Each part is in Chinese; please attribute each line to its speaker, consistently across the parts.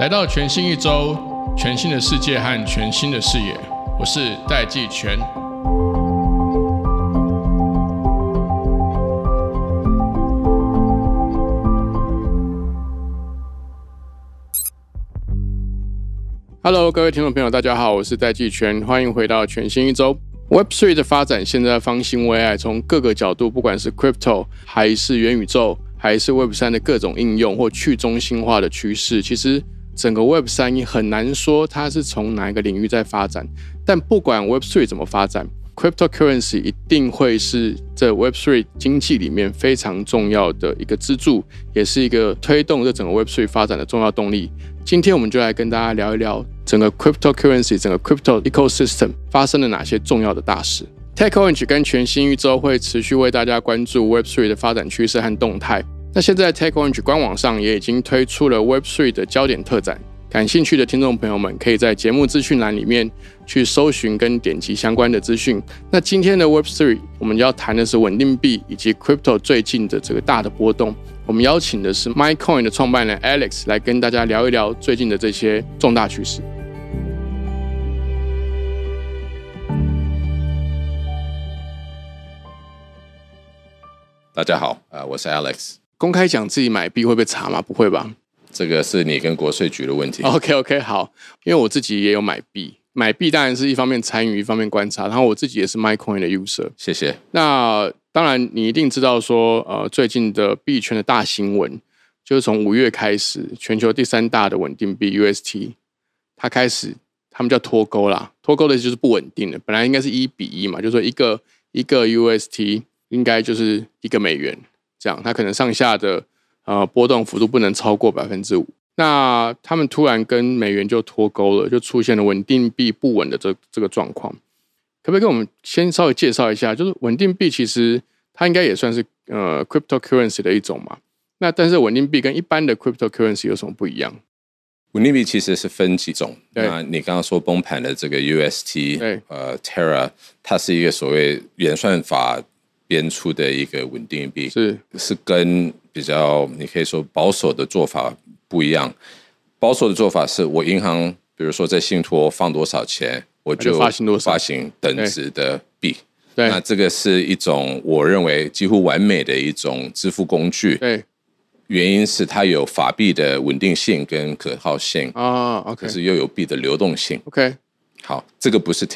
Speaker 1: 来到全新一周，全新的世界和全新的视野，我是戴季全。Hello，各位听众朋友，大家好，我是戴季全，欢迎回到全新一周。Web3 的发展现在方兴未艾，从各个角度，不管是 Crypto 还是元宇宙，还是 Web3 的各种应用或去中心化的趋势，其实整个 Web3 也很难说它是从哪一个领域在发展。但不管 Web3 怎么发展，Cryptocurrency 一定会是这 Web3 经济里面非常重要的一个支柱，也是一个推动这整个 Web3 发展的重要动力。今天我们就来跟大家聊一聊整个 cryptocurrency、整个 crypto ecosystem 发生了哪些重要的大事。TechOrange 跟全新一周会持续为大家关注 Web3 的发展趋势和动态。那现在 TechOrange 官网上也已经推出了 Web3 的焦点特展，感兴趣的听众朋友们可以在节目资讯栏里面去搜寻跟点击相关的资讯。那今天的 Web3 我们要谈的是稳定币以及 crypto 最近的这个大的波动。我们邀请的是 MyCoin 的创办人 Alex 来跟大家聊一聊最近的这些重大趋势。
Speaker 2: 大家好，啊、我是 Alex，
Speaker 1: 公开讲自己买币会被查吗？不会吧
Speaker 2: 这个是你跟国税局的问题。
Speaker 1: ？OK OK，好，因为我自己也有买币，买币当然是一方面参与，一方面观察。然后我自己也是 MyCoin 的 user。
Speaker 2: 谢谢。
Speaker 1: 那当然，你一定知道说，呃，最近的币圈的大新闻就是从五月开始，全球第三大的稳定币 UST，它开始他们叫脱钩啦，脱钩的意思就是不稳定了。本来应该是一比一嘛，就是说一个一个 UST 应该就是一个美元这样，它可能上下的呃波动幅度不能超过百分之五。那他们突然跟美元就脱钩了，就出现了稳定币不稳的这这个状况。可不可以跟我们先稍微介绍一下，就是稳定币其实它应该也算是呃 cryptocurrency 的一种嘛？那但是稳定币跟一般的 cryptocurrency 有什么不一样？
Speaker 2: 稳定币其实是分几种。
Speaker 1: 对
Speaker 2: 那你刚刚说崩盘的这个
Speaker 1: 对
Speaker 2: UST，呃，Terra，它是一个所谓演算法编出的一个稳定币，
Speaker 1: 是
Speaker 2: 是跟比较你可以说保守的做法不一样。保守的做法是我银行，比如说在信托放多少钱，我
Speaker 1: 就
Speaker 2: 就
Speaker 1: 发行多少
Speaker 2: 发行等值的币。
Speaker 1: 对
Speaker 2: 那这个是一种我认为几乎完美的一种支付工具。
Speaker 1: 对
Speaker 2: 原因是它有法币的稳定性跟可靠性，
Speaker 1: 啊，OK
Speaker 2: 可是又有币的流动性。
Speaker 1: OK
Speaker 2: 好，这个不是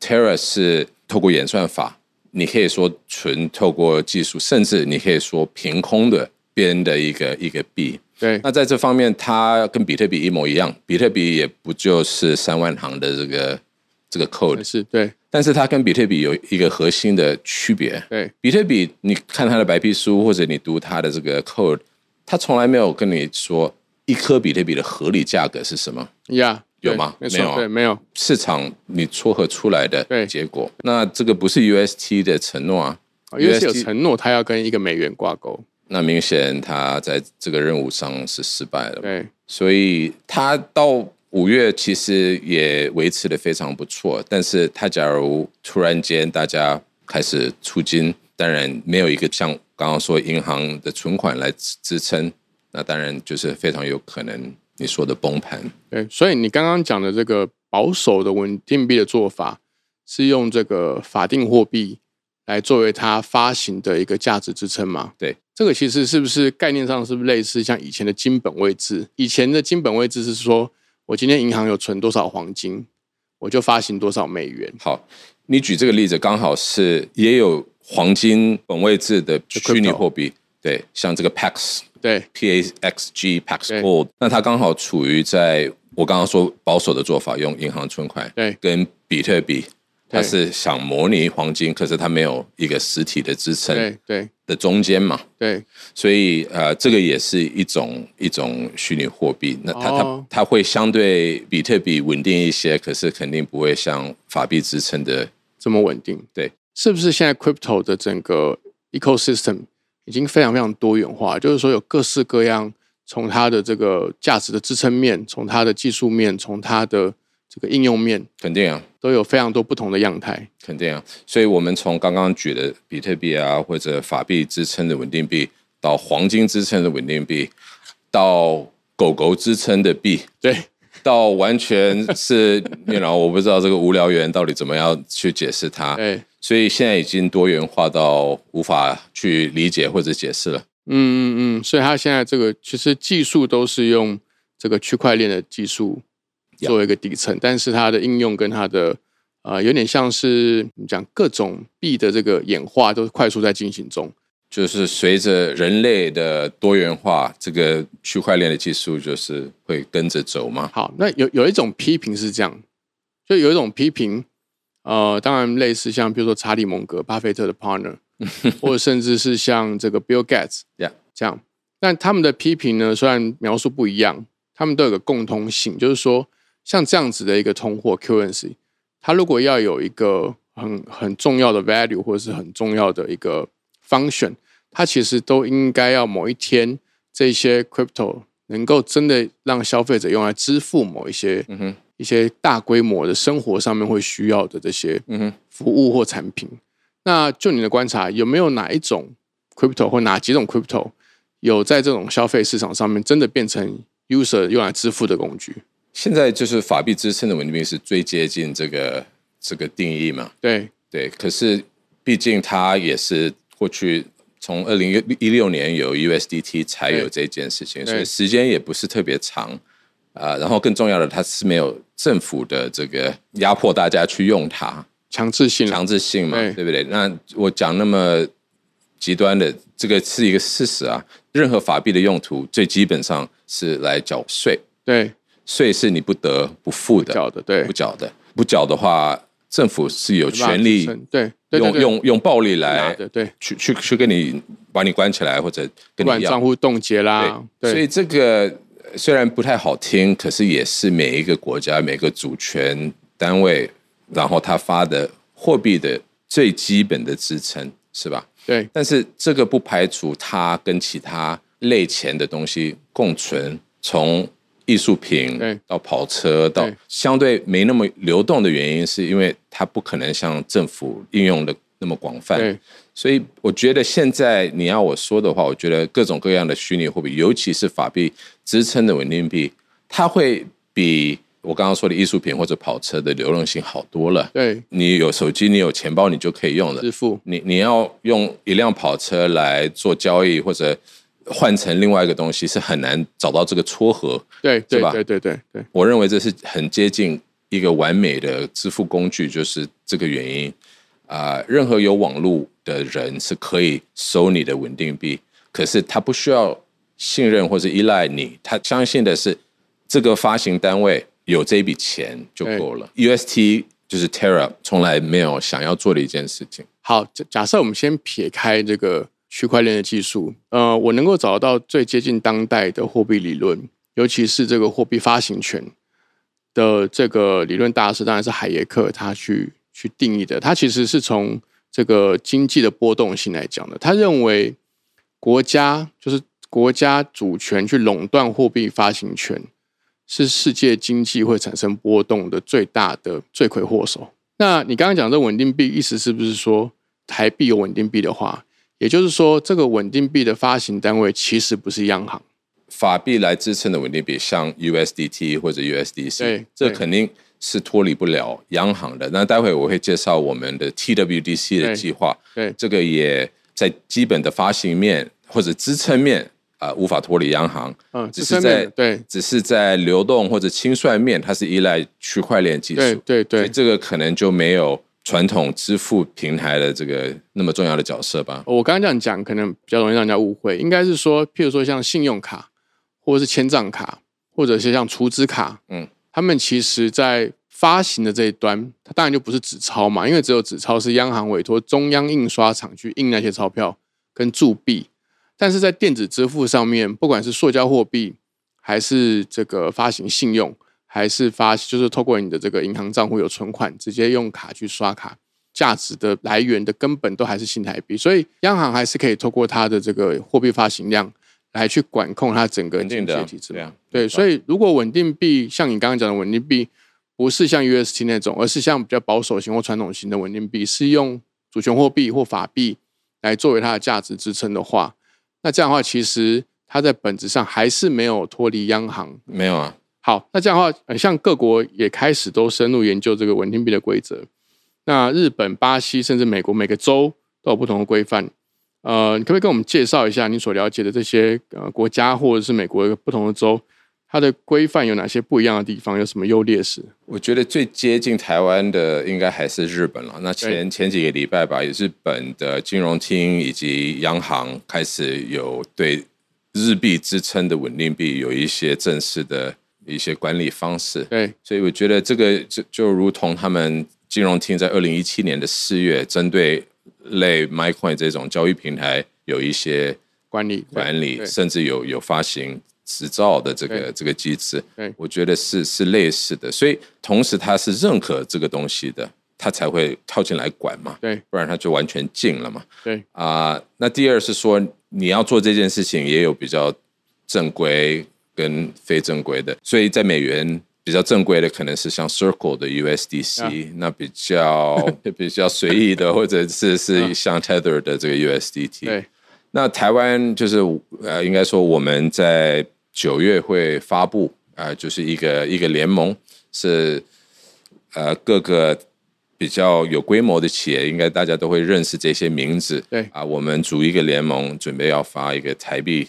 Speaker 2: Terra，Terra 是透过演算法，你可以说纯透过技术，甚至你可以说凭空的编的一个一个币。
Speaker 1: 对
Speaker 2: 那在这方面，它跟比特币一模一样，比特币也不就是三万行的这个这个 code，
Speaker 1: 是对
Speaker 2: 但是它跟比特币有一个核心的区别。
Speaker 1: 对
Speaker 2: 比特币，你看它的白皮书或者你读它的这个 code，它从来没有跟你说一颗比特币的合理价格是什么。
Speaker 1: 呀
Speaker 2: 有吗
Speaker 1: 没
Speaker 2: 没有
Speaker 1: 错，
Speaker 2: 啊
Speaker 1: 对没有
Speaker 2: 市场你撮合出来
Speaker 1: 对
Speaker 2: 的结果，那这个不是 UST 的承诺啊。
Speaker 1: 因为是有承诺它要跟一个美元挂钩，
Speaker 2: 那明显它在这个任务上是失败了，
Speaker 1: 对
Speaker 2: 所以它到五月其实也维持的非常不错，但是它假如突然间大家开始出金，当然没有一个像刚刚说银行的存款来支支撑，那当然就是非常有可能你说的崩盘。
Speaker 1: 对，所以你刚刚讲的这个保守的稳定币的做法，是用这个法定货币来作为它发行的一个价值支撑吗？
Speaker 2: 对，
Speaker 1: 这个其实是不是概念上是不是类似像以前的金本位制？以前的金本位制是说我今天银行有存多少黄金，我就发行多少美元。
Speaker 2: 好，你举这个例子刚好是也有黄金本位制的虚拟货币，对，像这个 PAX
Speaker 1: 对
Speaker 2: PAXG PAX
Speaker 1: 对
Speaker 2: Gold，那它刚好处于在我刚刚说保守的做法，用银行存款
Speaker 1: 对
Speaker 2: 跟比特币，它
Speaker 1: 对
Speaker 2: 是想模拟黄金，可是它没有一个实体的支撑
Speaker 1: 对对
Speaker 2: 的中间嘛，
Speaker 1: 对
Speaker 2: 所以呃，这个也是一种一种虚拟货币。那它、
Speaker 1: 哦
Speaker 2: 它它会相对比特币稳定一些，可是肯定不会像法币支撑的
Speaker 1: 这么稳定。
Speaker 2: 对，
Speaker 1: 是不是现在 crypto 的整个 ecosystem 已经非常非常多元化？就是说有各式各样，从它的这个价值的支撑面，从它的技术面，从它的这个应用面，
Speaker 2: 肯定啊。
Speaker 1: 都有非常多不同的样态。
Speaker 2: 肯定啊，所以我们从刚刚举的比特币啊，或者法币支撑的稳定币，到黄金支撑的稳定币，到狗狗支撑的币，
Speaker 1: 对，
Speaker 2: 到完全是， 你老我不知道这个无聊猿到底怎么样去解释它，
Speaker 1: 哎，
Speaker 2: 所以现在已经多元化到无法去理解或者解释了。
Speaker 1: 嗯嗯嗯，所以它现在这个其实技术都是用这个区块链的技术
Speaker 2: Yeah
Speaker 1: 作为一个底层，但是它的应用跟它的呃有点像是你讲各种币的这个演化都是快速在进行中。
Speaker 2: 就是随着人类的多元化，这个区块链的技术就是会跟着走嘛。
Speaker 1: 好，那有有一种批评是这样，就有一种批评，呃，当然类似像比如说查理蒙格、巴菲特的 partner，或者甚至是像这个 Bill Gates
Speaker 2: Yeah
Speaker 1: 这样，但他们的批评呢，虽然描述不一样，他们都有个共通性，就是说像这样子的一个通货 currency，它如果要有一个很很重要的 value 或者是很重要的一个 function，它其实都应该要某一天这些 crypto 能够真的让消费者用来支付某一些、
Speaker 2: 嗯哼，
Speaker 1: 一些大规模的生活上面会需要的这些
Speaker 2: 嗯哼。
Speaker 1: 服务或产品。那就你的观察，有没有哪一种 crypto 或哪几种 crypto 有在这种消费市场上面真的变成 user 用来支付的工具？
Speaker 2: 现在就是法币支撑的稳定币是最接近这个这个定义嘛？
Speaker 1: 对，
Speaker 2: 对，可是毕竟它也是过去从二零一六年有 USDT 才有这件事情，
Speaker 1: 对
Speaker 2: 所以时间也不是特别长啊、然后更重要的，它是没有政府的这个压迫大家去用它，
Speaker 1: 强制性啊
Speaker 2: 强制性嘛，
Speaker 1: 对
Speaker 2: 对不对？那我讲那么极端的，这个是一个事实啊。任何法币的用途，最基本上是来缴税，
Speaker 1: 对
Speaker 2: 税是你不得不付的，
Speaker 1: 缴的，对
Speaker 2: 不，缴的，不缴的话，政府是有权利
Speaker 1: 没办法支撑对对对
Speaker 2: 用
Speaker 1: 对
Speaker 2: 用用暴力来
Speaker 1: 拿的，对，
Speaker 2: 去去去跟你把你关起来，或者
Speaker 1: 不
Speaker 2: 跟
Speaker 1: 管
Speaker 2: 你
Speaker 1: 账
Speaker 2: 要。
Speaker 1: 户冻结啦对，
Speaker 2: 对，，所以这个呃虽然不太好听，可是也是每一个国家、每个主权单位，然后他发的货币的最基本的支撑，是吧？
Speaker 1: 对
Speaker 2: 但是这个不排除它跟其他类钱的东西共存，从艺术品
Speaker 1: 对
Speaker 2: 到跑车到
Speaker 1: 对
Speaker 2: 相对没那么流动的原因，是因为它不可能像政府应用的那么广泛。
Speaker 1: 对
Speaker 2: 所以我觉得现在你要我说的话，我觉得各种各样的虚拟货币，尤其是法币支撑的稳定币，它会比我刚刚说的艺术品或者跑车的流动性好多了。
Speaker 1: 对，
Speaker 2: 你有手机，你有钱包，你就可以用了。
Speaker 1: 支付
Speaker 2: 你你要用一辆跑车来做交易，或者换成另外一个东西，是很难找到这个撮合。
Speaker 1: 对对
Speaker 2: 吧
Speaker 1: 对对对对，
Speaker 2: 我认为这是很接近一个完美的支付工具，就是这个原因。啊、任何有网络的人是可以收你的稳定币，可是他不需要信任或者依赖你，他相信的是这个发行单位有这笔钱就够了。UST 就是 Terra 从来没有想要做的一件事情。
Speaker 1: 好，假假设我们先撇开这个区块链的技术，呃，我能够找到最接近当代的货币理论，尤其是这个货币发行权的这个理论大师，当然是海耶克他去去定义的。他其实是从这个经济的波动性来讲的。他认为国家就是国家主权去垄断货币发行权，是世界经济会产生波动的最大的罪魁祸首。那你刚刚讲这稳定币，意思是不是说台币有稳定币的话，也就是说这个稳定币的发行单位其实不是央行？
Speaker 2: 法币来支撑的稳定币，像 USDT 或者
Speaker 1: 对
Speaker 2: USDC，这
Speaker 1: 对
Speaker 2: 肯定是脱离不了央行的。那待会我会介绍我们的 TWDC
Speaker 1: 对
Speaker 2: 的计划，
Speaker 1: 对
Speaker 2: 这个也在基本的发行面或者支撑面啊、无法脱离央行，
Speaker 1: 嗯，
Speaker 2: 只
Speaker 1: 这
Speaker 2: 是
Speaker 1: 上面
Speaker 2: 在
Speaker 1: 的对
Speaker 2: 只是在流动或者清算面，它是依赖区块链技
Speaker 1: 对
Speaker 2: 术，
Speaker 1: 对
Speaker 2: 所以
Speaker 1: 对。
Speaker 2: 这个可能就没有传统支付平台的这个那么重要的角色吧。
Speaker 1: 我刚刚这样讲，可能比较容易让人家误会，应该是说，譬如说像信用卡，或者是千账卡，或者是像储值卡，
Speaker 2: 嗯，
Speaker 1: 他们其实在发行的这一端，它当然就不是纸钞嘛，因为只有纸钞是央行委托中央印刷厂去印那些钞票跟铸币，但是在电子支付上面，不管是塑胶货币，还是这个发行信用，还是发就是透过你的这个银行账户有存款，直接用卡去刷卡，价值的来源的根本都还是新台币，所以央行还是可以透过它的这个货币发行量来去管控它整个
Speaker 2: 肯定
Speaker 1: 经
Speaker 2: 的
Speaker 1: 济
Speaker 2: 啊
Speaker 1: 体制
Speaker 2: 对
Speaker 1: 嘛
Speaker 2: 啊。
Speaker 1: 对，所以如果稳定币像你刚刚讲的稳定币，不是像 UST 那种，而是像比较保守型或传统型的稳定币，是用主权货币或法币来作为它的价值支撑的话，那这样的话，其实它在本质上还是没有脱离央行。
Speaker 2: 没有啊，
Speaker 1: 好，那这样的话，呃像各国也开始都深入研究这个稳定币的规则。那日本、巴西甚至美国每个州都有不同的规范。呃，你可不可以跟我们介绍一下你所了解的这些呃国家或者是美国不同的州，它的规范有哪些不一样的地方，有什么优劣势？
Speaker 2: 我觉得最接近台湾的应该还是日本了。那前前几个礼拜吧，日本的金融厅以及央行开始有对日币支撑的稳定币有一些正式的一些管理方式。
Speaker 1: 对，
Speaker 2: 所以我觉得这个就就如同他们金融厅在二零一七年的四月，针对类 MyCoin 这种交易平台有一些
Speaker 1: 管理
Speaker 2: 管理，
Speaker 1: 对
Speaker 2: 甚至有有发行执照的这个
Speaker 1: 对
Speaker 2: 这个机制
Speaker 1: 对，
Speaker 2: 我觉得是是类似的。所以同时它是认可这个东西的，它才会跳进来管嘛，
Speaker 1: 对
Speaker 2: 不然它就完全禁了嘛。
Speaker 1: 对
Speaker 2: 啊、那第二是说你要做这件事情，也有比较正规跟非正规的，所以在美元。比较正规的可能是像 Circle 的 USDC，、那
Speaker 1: 啊
Speaker 2: 比较 比较随意的，或者是是像 Tether 的这个
Speaker 1: 啊
Speaker 2: USDT。
Speaker 1: 对
Speaker 2: 那台湾就是呃，应该说我们在九月会发布呃，就是一个一个联盟是呃各个比较有规模的企业，应该大家都会认识这些名字。
Speaker 1: 对
Speaker 2: 啊、我们组一个联盟，准备要发一个台币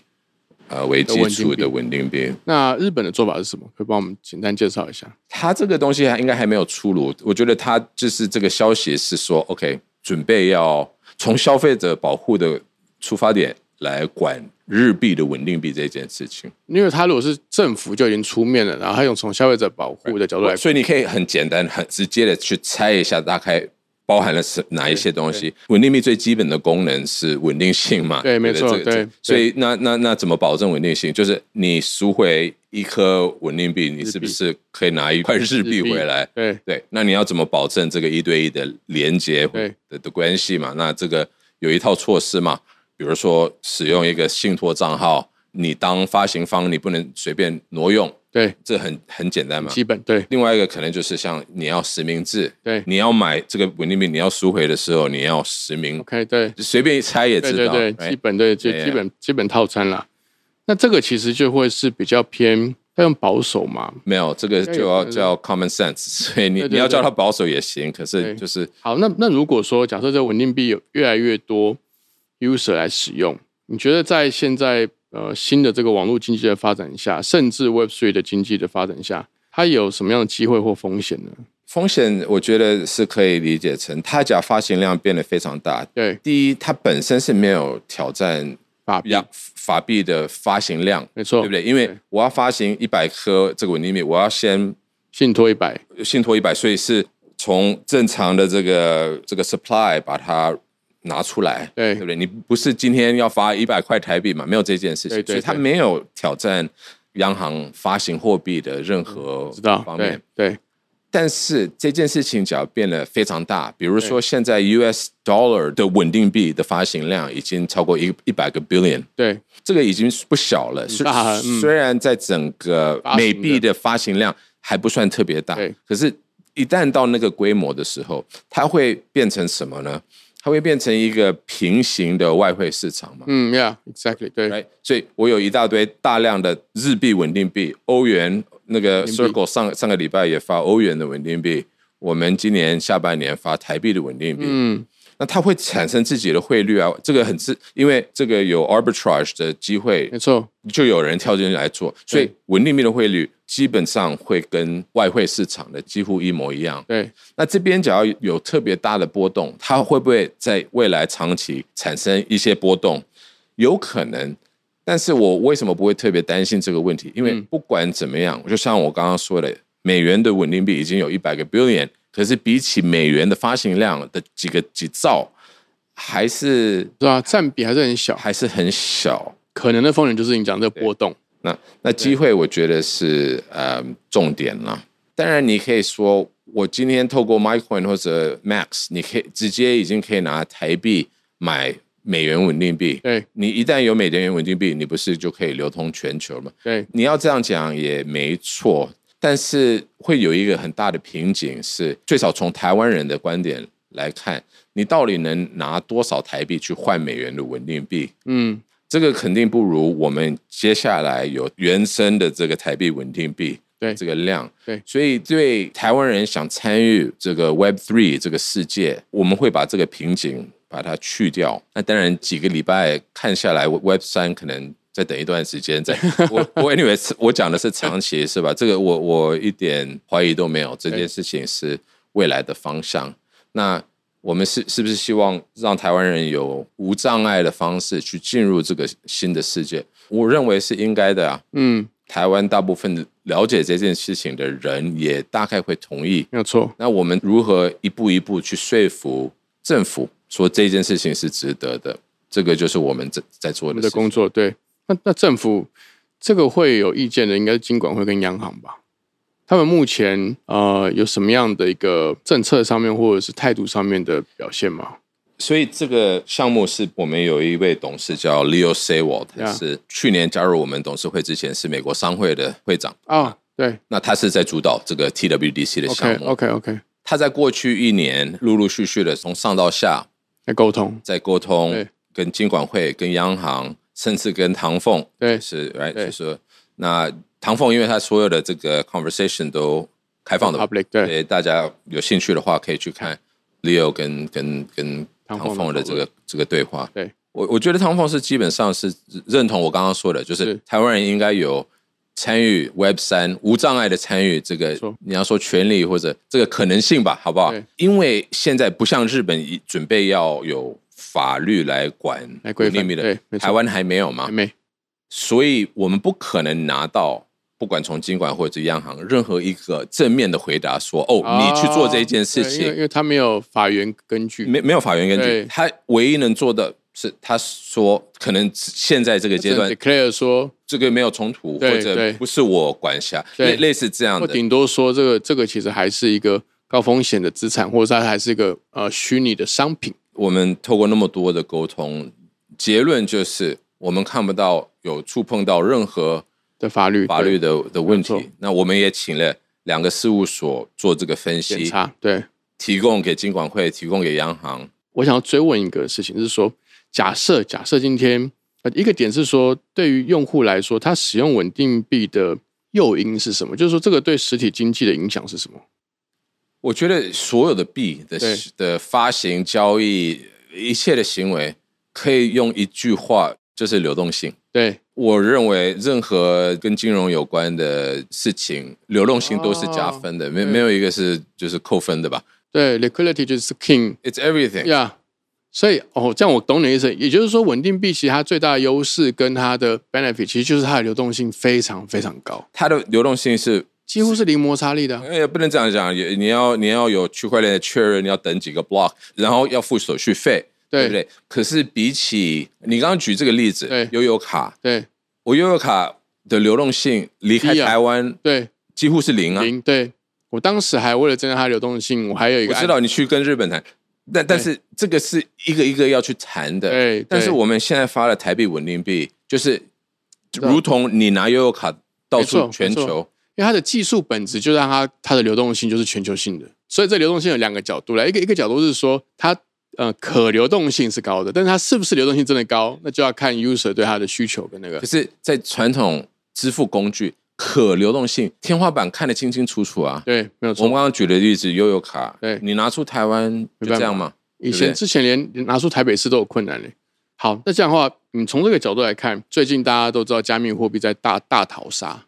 Speaker 2: 呃为基础的稳定币。
Speaker 1: 那日本的做法是什么？可以帮我们简单介绍一下？
Speaker 2: 它这个东西还应该还没有出炉，我觉得它就是这个消息是说，OK，准备要从消费者保护的出发点来管日币的稳定币这件事情。
Speaker 1: 因为它如果是政府就已经出面了，然后它用从消费者保护的角度来
Speaker 2: 所以你可以很简单、很直接的去猜一下，大概包含了是哪一些东西。稳定币最基本的功能是稳定性嘛？
Speaker 1: 对没
Speaker 2: 不
Speaker 1: 错
Speaker 2: 这个
Speaker 1: 对
Speaker 2: 这所以那那那怎么保证稳定性？就是你赎回一颗稳定币，你是不是可以拿一块日币回来？
Speaker 1: 对
Speaker 2: 对，那你要怎么保证这个一对一的连接或
Speaker 1: 对
Speaker 2: 的的关系嘛？那这个有一套措施嘛，比如说使用一个信托账号，你当发行方你不能随便挪用，
Speaker 1: 对，
Speaker 2: 这很很简单嘛。
Speaker 1: 基本对
Speaker 2: 另外一个可能就是像你要实名制，
Speaker 1: 对
Speaker 2: 你要买这个稳定币，你要赎回的时候你要实名，
Speaker 1: ，OK 对。
Speaker 2: 随便一猜也
Speaker 1: 对
Speaker 2: 知
Speaker 1: 对
Speaker 2: 道。
Speaker 1: 对，
Speaker 2: right？
Speaker 1: 基本对，就
Speaker 2: 对
Speaker 1: 基本基本套餐啦。那这个其实就会是比较偏，要用保守嘛。
Speaker 2: 没有这个
Speaker 1: 该有
Speaker 2: 就要
Speaker 1: 可能
Speaker 2: 叫 common sense，所以你
Speaker 1: 对对
Speaker 2: 你要
Speaker 1: 对
Speaker 2: 叫它保守也行，
Speaker 1: 对
Speaker 2: 可是就是
Speaker 1: 好，那那如果说假设这稳定币有越来越多 user 来使用，你觉得在现在呃新的这个网络经济的发展下，甚至 Web Three 的经济的发展下，它有什么样的机会或风险呢？
Speaker 2: 风险，我觉得是可以理解成它假发行量变得非常大。
Speaker 1: 对，
Speaker 2: 第一，它本身是没有挑战
Speaker 1: 法币
Speaker 2: 亚法币的发行量，
Speaker 1: 没错，
Speaker 2: 对不对？因为我要发行一百颗这个稳定币，我要先
Speaker 1: 信托一百，
Speaker 2: 信托一百，所以是从正常的这个这个 supply 把它拿出来，
Speaker 1: 对
Speaker 2: 对不对？你不是今天要发一百块台币嘛？没有这件事情，
Speaker 1: 对对
Speaker 2: 所以它
Speaker 1: 对
Speaker 2: 没有挑战央行发行货币的任何
Speaker 1: 嗯知道？
Speaker 2: 方面
Speaker 1: 对。对
Speaker 2: 但是这件事情只要变得非常大，比如
Speaker 1: 对
Speaker 2: 说现在 US dollar 的稳定币的发行量已经超过一一百个 billion，
Speaker 1: 对
Speaker 2: 这个已经不小了。
Speaker 1: 很
Speaker 2: 虽、
Speaker 1: 大嗯
Speaker 2: 虽然在整个
Speaker 1: 发行的
Speaker 2: 美币的发行量还不算特别大
Speaker 1: 对，
Speaker 2: 可是，一旦到那个规模的时候，它会变成什么呢？它会变成一个平行的外汇市场嘛？
Speaker 1: 嗯，Yeah，exactly，对
Speaker 2: right？所以我有一大堆大量的日币稳定币、欧元那个
Speaker 1: 稳定币
Speaker 2: Circle 上上个礼拜也发欧元的稳定币，我们今年下半年发台币的稳定币，
Speaker 1: 嗯，
Speaker 2: 那它会产生自己的汇率啊，这个很自，因为这个有 arbitrage 的机会
Speaker 1: 没，错，
Speaker 2: 就有人跳进来做，所以
Speaker 1: 对
Speaker 2: 稳定币的汇率基本上会跟外汇市场的几乎一模一样。
Speaker 1: 对
Speaker 2: 那这边只要有特别大的波动，它会不会在未来长期产生一些波动？有可能，但是我为什么不会特别担心这个问题？因为
Speaker 1: 嗯
Speaker 2: 不管怎么样，就像我刚刚说的，美元的稳定币已经有一百个 billion，可是比起美元的发行量的几个几兆，还是
Speaker 1: 是吧？啊占比还是很小，
Speaker 2: 还是很小。
Speaker 1: 可能的风险就是你讲这个波动。
Speaker 2: 那那机会，我觉得是呃重点啦。当然，你可以说我今天透过 MyCoin 或者 Max，你可以直接已经可以拿台币买美元稳定币。
Speaker 1: 对
Speaker 2: 你一旦有美元稳定币，你不是就可以流通全球吗？
Speaker 1: 对
Speaker 2: 你要这样讲也没错，但是会有一个很大的瓶颈是，最少从台湾人的观点来看，你到底能拿多少台币去换美元的稳定币？
Speaker 1: 嗯，
Speaker 2: 这个肯定不如我们接下来有原生的这个台币稳定币。
Speaker 1: 对
Speaker 2: 这个量，
Speaker 1: 对
Speaker 2: 所以对台湾人想参与这个 Web Three 这个世界，我们会把这个瓶颈把它去掉。那当然，几个礼拜看下来，Web 三可能再等一段时 间再。我我 anyway，我讲的是长期是吧？这个我我一点怀疑都没有，这件事情是未来的方向。那我们是是不是希望让台湾人有无障碍的方式去进入这个新的世界？我认为是应该的啊。
Speaker 1: 嗯，
Speaker 2: 台湾大部分了解这件事情的人也大概会同意。
Speaker 1: 没有错，
Speaker 2: 那我们如何一步一步去说服政府说这件事情是值得的？这个就是我们在在做
Speaker 1: 我
Speaker 2: 的
Speaker 1: 们
Speaker 2: 事
Speaker 1: 的
Speaker 2: 情
Speaker 1: 工。作对。那那政府这个会有意见的，应该是金管会跟央行吧？他们目前呃有什么样的一个政策上面或者是态度上面的表现吗？
Speaker 2: 所以这个项目是我们有一位董事叫 Leo Saywald，他
Speaker 1: Yeah
Speaker 2: 是去年加入我们董事会之前是美国商会的会长。
Speaker 1: 哦，对
Speaker 2: 那他是在主导这个 TWDC 的项
Speaker 1: ，OK
Speaker 2: 目。
Speaker 1: OK OK，
Speaker 2: 他在过去一年陆陆续续的从上到下
Speaker 1: 来沟通，
Speaker 2: 在沟通
Speaker 1: 对，
Speaker 2: 跟金管会、跟央行，甚至跟唐凤，
Speaker 1: 对
Speaker 2: 是 right，
Speaker 1: 对
Speaker 2: 就说那唐凤，因为他所有的这个 conversation 都开放的嘛，
Speaker 1: public 对，
Speaker 2: 对大家有兴趣的话可以去看 Leo 跟跟跟唐凤的这个这个对话。
Speaker 1: 对
Speaker 2: 我我觉得唐凤是基本上是认同我刚刚说的，就是
Speaker 1: 是
Speaker 2: 台湾人应该有。参与 Web 三无障碍的参与这个
Speaker 1: 没错，
Speaker 2: 你要说权利或者这个可能性吧，好不好
Speaker 1: 对？
Speaker 2: 因为现在不像日本已准备要有法律来管
Speaker 1: 来规范
Speaker 2: 秘密的
Speaker 1: 对，没错
Speaker 2: 台湾还没有嘛
Speaker 1: 还，没
Speaker 2: 所以我们不可能拿到，不管从金管或者央行任何一个正面的回答说，哦，你去做这件事
Speaker 1: 啊对因为因
Speaker 2: 情，
Speaker 1: 为他没有法源根据，
Speaker 2: 没没有法源根据
Speaker 1: 对，
Speaker 2: 他唯一能做的是，他说可能现在这个阶段
Speaker 1: declare 说，
Speaker 2: 这个没有冲突，
Speaker 1: 对
Speaker 2: 或者
Speaker 1: 对
Speaker 2: 不是我管辖，
Speaker 1: 对
Speaker 2: 类类似这样
Speaker 1: 或
Speaker 2: 的。
Speaker 1: 顶多说这个这个其实还是一个高风险的资产，或者它还是一个呃虚拟的商品。
Speaker 2: 我们透过那么多的沟通，结论就是我们看不到有触碰到任何
Speaker 1: 的法律
Speaker 2: 法律的的问
Speaker 1: 没
Speaker 2: 题
Speaker 1: 错。
Speaker 2: 那我们也请了两个事务所做这个分
Speaker 1: 对
Speaker 2: 析
Speaker 1: 检，查。对，
Speaker 2: 提供给金管会，提供给央行。
Speaker 1: 我想要追问一个事情，就是说，假设假设今天呃一个点是说，对于用户来说，他使用稳定币的诱因是什么？就是说，这个对实体经济的影响是什么？
Speaker 2: 我觉得所有的币的
Speaker 1: 对
Speaker 2: 的发行、交易，一切的行为，可以用一句话，就是流动性。
Speaker 1: 对，
Speaker 2: 我认为任何跟金融有关的事情，流动性都是加分的，没
Speaker 1: 哦对
Speaker 2: 没有一个是就是扣分的吧
Speaker 1: 对，liquidity 就是 king，
Speaker 2: ？It's everything。
Speaker 1: 呀、所以哦，这样我懂你的意思，也就是说，稳定币其实它最大的优势跟它的 benefit，其实就是它的流动性非常非常高，
Speaker 2: 它的流动性是，哎
Speaker 1: 几乎是零摩擦力的啊。
Speaker 2: 也不能这样讲，也你要你要有区块链的确认，你要等几个 block，然后要付手续费，
Speaker 1: 对
Speaker 2: 对不对？可是比起你刚刚举这个例子
Speaker 1: 对，
Speaker 2: 悠游卡，
Speaker 1: 对
Speaker 2: 我悠游卡的流动性离开
Speaker 1: 低啊
Speaker 2: 台湾
Speaker 1: 对，
Speaker 2: 几乎是零啊。
Speaker 1: 零对。我当时还为了增加它的流动性，我还有一
Speaker 2: 我
Speaker 1: 个
Speaker 2: 知道你去跟日本谈，但但是这个是一个一个要去谈的。
Speaker 1: 对对
Speaker 2: 但是我们现在发了台币稳定币，就是如同你拿悠游卡到处
Speaker 1: 没错
Speaker 2: 全
Speaker 1: 没
Speaker 2: 球，
Speaker 1: 因为它的技术本质就让它它的流动性就是全球性的，所以这流动性有两个角度来，一个一个角度是说它呃可流动性是高的，但是它是不是流动性真的高，那就要看 user 对它的需求跟那个
Speaker 2: 可是，在传统支付工具可流动性天花板看得清清楚楚啊。
Speaker 1: 对没有
Speaker 2: 我们
Speaker 1: 错。
Speaker 2: 刚刚举的例子，悠游卡，
Speaker 1: 对
Speaker 2: 你拿出台湾就
Speaker 1: 没办法
Speaker 2: 这样吗？
Speaker 1: 以
Speaker 2: 对不
Speaker 1: 前
Speaker 2: 对
Speaker 1: 之前连拿出台北市都有困难嘞。好，那这样的话，你从这个角度来看，最近大家都知道加密货币在大大逃杀，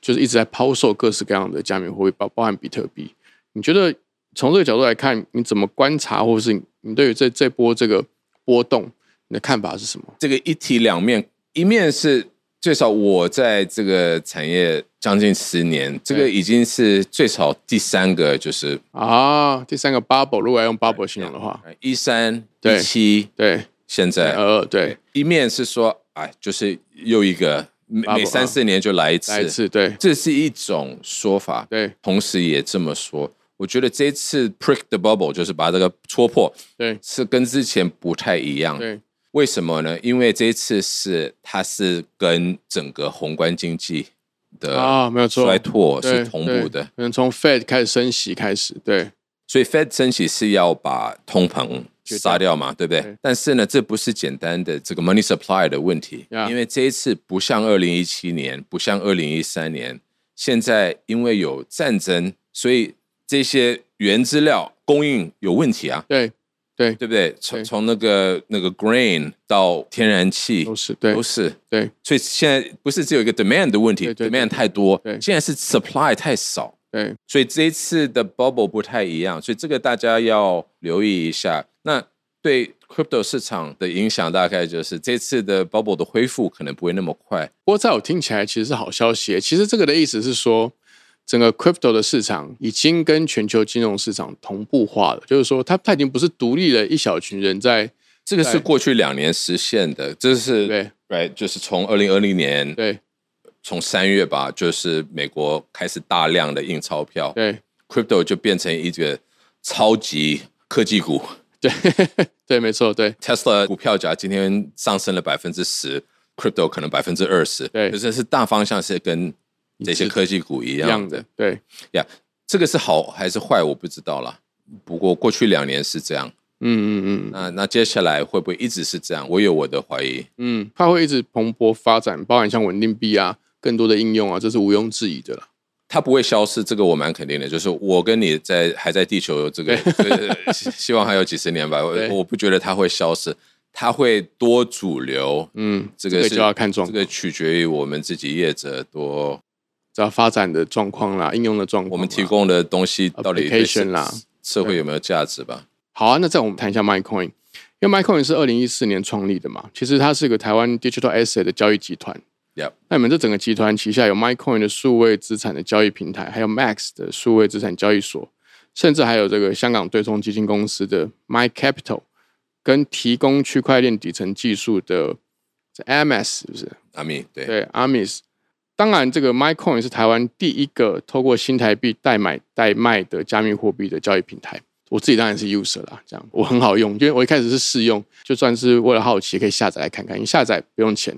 Speaker 1: 就是一直在抛售各式各样的加密货币，包包含比特币。你觉得从这个角度来看，你怎么观察，或是你你对于这这波这个波动，你的看法是什么？
Speaker 2: 这个一体两面，一面是最少我在这个产业将近十年，这个
Speaker 1: 对
Speaker 2: 已经是最少第三个，就是呃
Speaker 1: 啊，第三个 bubble，如果
Speaker 2: 哎
Speaker 1: 要用 bubble 形容的话，
Speaker 2: 一三
Speaker 1: 对
Speaker 2: 一七，
Speaker 1: 对，
Speaker 2: 现在
Speaker 1: 呃，对，
Speaker 2: 一面是说，哎，就是又一个每
Speaker 1: Bubble，嗯
Speaker 2: 每三四年就来一
Speaker 1: 来一
Speaker 2: 次，
Speaker 1: 次，对
Speaker 2: 这是一种说法，
Speaker 1: 对
Speaker 2: 同时也这么说。我觉得这次 prick the bubble 就是把这个戳破，
Speaker 1: 对
Speaker 2: 是跟之前不太一样。
Speaker 1: 对，
Speaker 2: 为什么呢？因为这一次是它是跟整个宏观经济的
Speaker 1: 啊，没有错，
Speaker 2: 呃衰退
Speaker 1: 对
Speaker 2: 是同步
Speaker 1: 对，
Speaker 2: 的
Speaker 1: 可能从 Fed 开始升息开始，对
Speaker 2: 所以 Fed 升息是要把通膨
Speaker 1: 决
Speaker 2: 杀掉嘛，对不对？
Speaker 1: 对
Speaker 2: 但是呢，这不是简单的这个 money supply 的问题
Speaker 1: Yeah
Speaker 2: 因为这一次不像二零一七年，不像二零一三年，现在因为有战争，所以这些原资料供应有问题啊，
Speaker 1: 对对，
Speaker 2: 对不对？
Speaker 1: 对
Speaker 2: 从从那个那个 grain 到天然气
Speaker 1: 都是对
Speaker 2: 都是
Speaker 1: 对
Speaker 2: 所以现在不是只有一个 demand 的问题
Speaker 1: 对对对
Speaker 2: ，demand 太多
Speaker 1: 对，
Speaker 2: 现在是 supply 太少。
Speaker 1: 对
Speaker 2: 所以这一次的 bubble 不太一样，所以这个大家要留意一下。那对 crypto 市场的影响大概就是这次的 bubble 的恢复可能不会那么快。
Speaker 1: 不过在我听起来其实是好消息耶。其实这个的意思是说，整个 crypto 的市场已经跟全球金融市场同步化了，就是说它它已经不是独立的一小群人在
Speaker 2: 这个是
Speaker 1: 对
Speaker 2: 过去两年实现的，这是
Speaker 1: 对
Speaker 2: right 就是从二零二零年
Speaker 1: 对
Speaker 2: 从三月吧，就是美国开始大量的印钞票
Speaker 1: 对
Speaker 2: ，crypto 就变成一个超级科技股。
Speaker 1: 对 对，没错，对
Speaker 2: Tesla 股票价今天上升了百分之十，crypto 可能百分之二十，
Speaker 1: 对
Speaker 2: 可是是大方向是跟这些科技股一
Speaker 1: 一
Speaker 2: 样
Speaker 1: 样
Speaker 2: 的
Speaker 1: 的，对
Speaker 2: 呀。这个是好还是坏，我不知道啦。不过过去两年是这样，
Speaker 1: 嗯嗯嗯
Speaker 2: 那那接下来会不会一直是这样？我有我的怀疑。
Speaker 1: 嗯，它会一直蓬勃发展，包含像稳定币啊，更多的应用啊，这是毋庸置疑的啦。
Speaker 2: 它不会消失，这个我蛮肯定的。就是我跟你在还在地球，这个呃希希望还有几十年吧。我
Speaker 1: 对
Speaker 2: 我不觉得它会消失，它会多主流。
Speaker 1: 嗯，
Speaker 2: 这
Speaker 1: 这
Speaker 2: 个
Speaker 1: 个
Speaker 2: 是
Speaker 1: 就要看状
Speaker 2: 这
Speaker 1: 况
Speaker 2: 个取决于我们自己业者多
Speaker 1: 只要发展的状况啦，应用的状况啦，
Speaker 2: 我们提供的东西到底对
Speaker 1: 哦 Application
Speaker 2: 社
Speaker 1: 啦
Speaker 2: 社会有没有价值吧？
Speaker 1: 好啊，那再我们谈一下 MyCoin，因为 MyCoin 是二零一四年创立的嘛，其实它是一个台湾 Digital Asset 的交易集团。
Speaker 2: Yep
Speaker 1: 那你们这整个集团旗下有 MyCoin 的数位资产的交易平台，还有 Max 的数位资产交易所，甚至还有这个香港对冲基金公司的 My Capital，跟提供区块链底层技术的这 MS 是不是？
Speaker 2: 阿米，对，
Speaker 1: 对，Amis。当然，这个 MyCoin 是台湾第一个透过新台币代买代卖的加密货币的交易平台。我自己当然是 user 啦，这样我很好用，因为我一开始是试用，就算是为了好奇可以下载来看看，因为下载不用钱，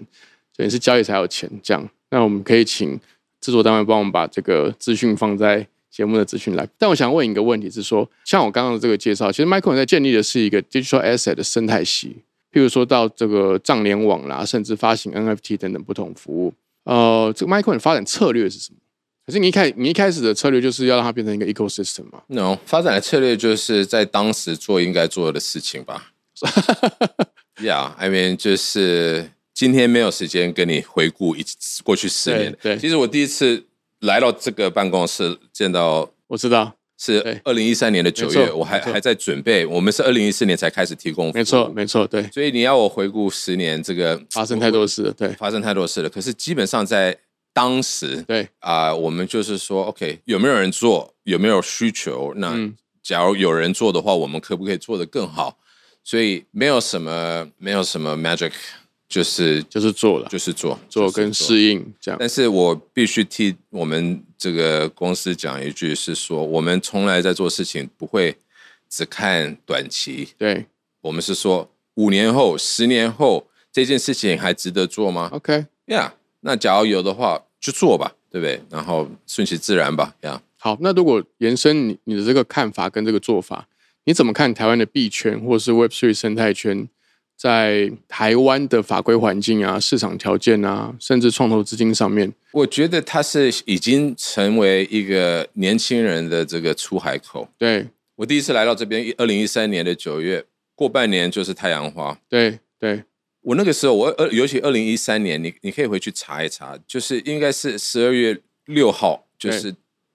Speaker 1: 所以你是交易才有钱。这样，那我们可以请制作单位帮我们把这个资讯放在节目的资讯栏。但我想问你一个问题是说，像我刚刚的这个介绍，其实 MyCoin 在建立的是一个 digital asset 的生态系，譬如说到这个账联网啦，甚至发行 NFT 等等不同服务。呃，这个 Micron 的发展策略是什么？可是你一开你一开始的策略就是要让它变成一个 ecosystem 嘛？
Speaker 2: no 发展的策略就是在当时做应该做的事 情吧。Yeah，I mean，就是今天没有时间跟你回顾一过去十年。
Speaker 1: 对对
Speaker 2: 其实我第一次来到这个办公室见到。
Speaker 1: 我知道，对
Speaker 2: 是二零一三年的九
Speaker 1: 没
Speaker 2: 月，
Speaker 1: 错
Speaker 2: 我还
Speaker 1: 没错
Speaker 2: 还在准备。我们是二零一四年才开始提供，
Speaker 1: 没错，。没错，对，
Speaker 2: 所以你要我回顾十年，这个
Speaker 1: 发生太多事了，对，
Speaker 2: 发生太多事了。可是基本上在当时，
Speaker 1: 对
Speaker 2: 啊、我们就是说，OK，有没有人做，有没有需求？那
Speaker 1: 嗯
Speaker 2: 假如有人做的话，我们可不可以做得更好？所以没有什么，没有什么 magic，就是
Speaker 1: 就是做了，
Speaker 2: 就是做
Speaker 1: 做跟。
Speaker 2: 就是
Speaker 1: 适应这样，
Speaker 2: 但是我必须替我们这个公司讲一句，是说我们从来在做事情不会只看短期，
Speaker 1: 对
Speaker 2: 我们是说五年后、十年后这件事情还值得做吗？
Speaker 1: ，OK，
Speaker 2: 呀，那假如有的话就做吧，对不对？然后顺其自然吧，呀、
Speaker 1: 好。那如果延伸你你的这个看法跟这个做法，你怎么看台湾的币圈或是 Web 3生态圈在台湾的法规环境啊、市场条件啊，甚至创投资金上面？
Speaker 2: 我觉得它是已经成为一个年轻人的这个出海口。
Speaker 1: 对，
Speaker 2: 我第一次来到这边，二零一三年的九月，过半年就是太阳花。
Speaker 1: 对，对，
Speaker 2: 我那个时候，我二尤其二零一三年，你你可以回去查一查，就是应该是十二月六号，就是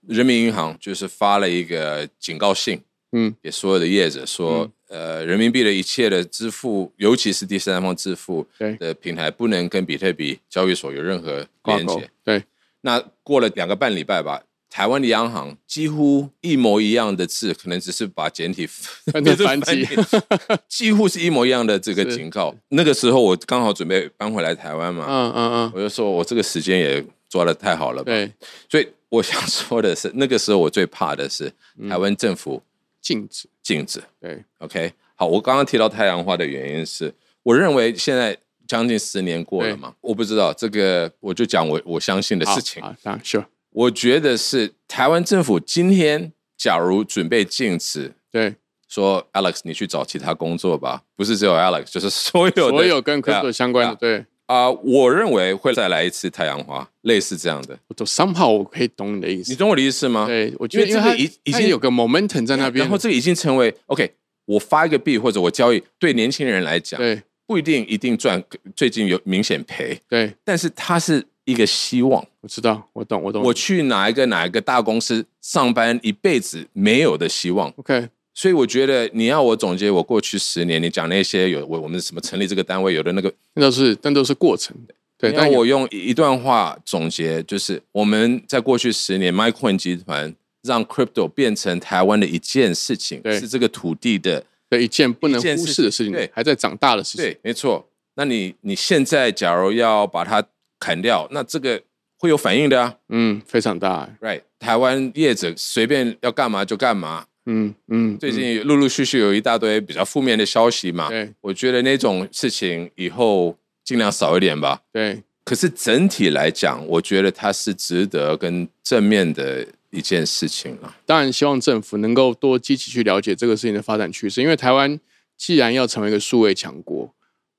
Speaker 2: 人民银行就是发了一个警告信，
Speaker 1: 嗯，
Speaker 2: 给所有的业者说，呃，人民币的一切的支付，尤其是第三方支付
Speaker 1: 对
Speaker 2: 的平台，不能跟比特币交易所有任何
Speaker 1: 挂
Speaker 2: 连
Speaker 1: 钩
Speaker 2: 接。，
Speaker 1: 对，
Speaker 2: 那过了两个半礼拜吧，台湾的央行几乎一模一样的字，可能只是把简体
Speaker 1: 翻成繁体
Speaker 2: 几乎是一模一样的这个
Speaker 1: 是
Speaker 2: 警告。那个时候我刚好准备搬回来台湾嘛，
Speaker 1: 嗯嗯嗯。
Speaker 2: 我就说我这个时间也抓的太好了吧。
Speaker 1: 对，
Speaker 2: 所以我想说的是，那个时候我最怕的是
Speaker 1: 嗯
Speaker 2: 台湾政府
Speaker 1: 禁止，
Speaker 2: 禁止。
Speaker 1: 对
Speaker 2: OK，好，我刚刚提到太阳花的原因是，我认为现在将近十年过了嘛，我不知道这个，我就讲我我相信的事情。
Speaker 1: 啊，当然 sure，
Speaker 2: 我觉得是台湾政府今天假如准备禁止
Speaker 1: 对
Speaker 2: 说 Alex，你去找其他工作吧，不是只有 Alex，就是 所有的
Speaker 1: 所有跟 crypto 相关的，
Speaker 2: 哦啊
Speaker 1: 对。
Speaker 2: 啊、我认为会再来一次太阳花，类似这样的。
Speaker 1: 我懂 somehow 我可以懂你的意
Speaker 2: 你
Speaker 1: 思，
Speaker 2: 懂我的意思吗？
Speaker 1: 对我觉得
Speaker 2: 因为这
Speaker 1: 它
Speaker 2: 个已已
Speaker 1: 它
Speaker 2: 经
Speaker 1: 有个 momentum 在那边了，
Speaker 2: 然后这个已经成为 OK，我发一个币或者我交易，对年轻人来讲
Speaker 1: 对
Speaker 2: 不一定一定赚，最近有明显赔，
Speaker 1: 对，
Speaker 2: 但是它是一个希望。
Speaker 1: 我知道，我懂，我懂，
Speaker 2: 我去哪一个哪一个大公司上班一辈子没有的希望，
Speaker 1: OK，
Speaker 2: 所以我觉得你要我总结我过去十年，你讲那些有我我们什么成立这个单位，有的那个
Speaker 1: 那都是但都是过程，对，
Speaker 2: 那
Speaker 1: 但有
Speaker 2: 我用一一段话总结，就是我们在过去十年，MyCoin 集团让 Crypto 变成台湾的一件事情，
Speaker 1: 对
Speaker 2: 是这个土地的。
Speaker 1: 的一件不能
Speaker 2: 一件
Speaker 1: 忽
Speaker 2: 事
Speaker 1: 视的事
Speaker 2: 情
Speaker 1: 情，
Speaker 2: 对
Speaker 1: 还在长大的事情，
Speaker 2: 对，没错。那你你现在假如要把它砍掉，那这个会有反应的啊
Speaker 1: 嗯，非常大欸，
Speaker 2: ，right？台湾业者随便要干嘛就干嘛。
Speaker 1: 嗯嗯，
Speaker 2: 最
Speaker 1: 嗯
Speaker 2: 近陆陆续续有一大堆比较负面的消息嘛，
Speaker 1: 对
Speaker 2: 我觉得那种事情以后尽量少一点吧。
Speaker 1: 对
Speaker 2: 可是整体来讲，我觉得它是值得跟正面的一件事情啊了。
Speaker 1: 当然希望政府能够多积极去了解这个事情的发展趋势，因为台湾既然要成为一个数位强国，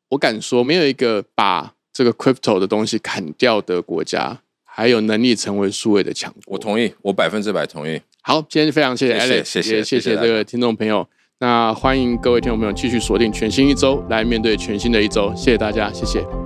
Speaker 1: 我敢说没有一个把这个 crypto 的东西砍掉的国家，还有能力成为数位的强国。
Speaker 2: 我同意，我百分之百同意。
Speaker 1: 好，今天非常谢谢
Speaker 2: 谢谢
Speaker 1: Alex，
Speaker 2: 谢谢
Speaker 1: 也谢
Speaker 2: 谢谢
Speaker 1: 谢
Speaker 2: 大
Speaker 1: 这
Speaker 2: 家
Speaker 1: 个听众朋友。那欢迎各位听众朋友继续锁定全新一周，来面对全新的一周。谢谢大家，谢谢，拜拜。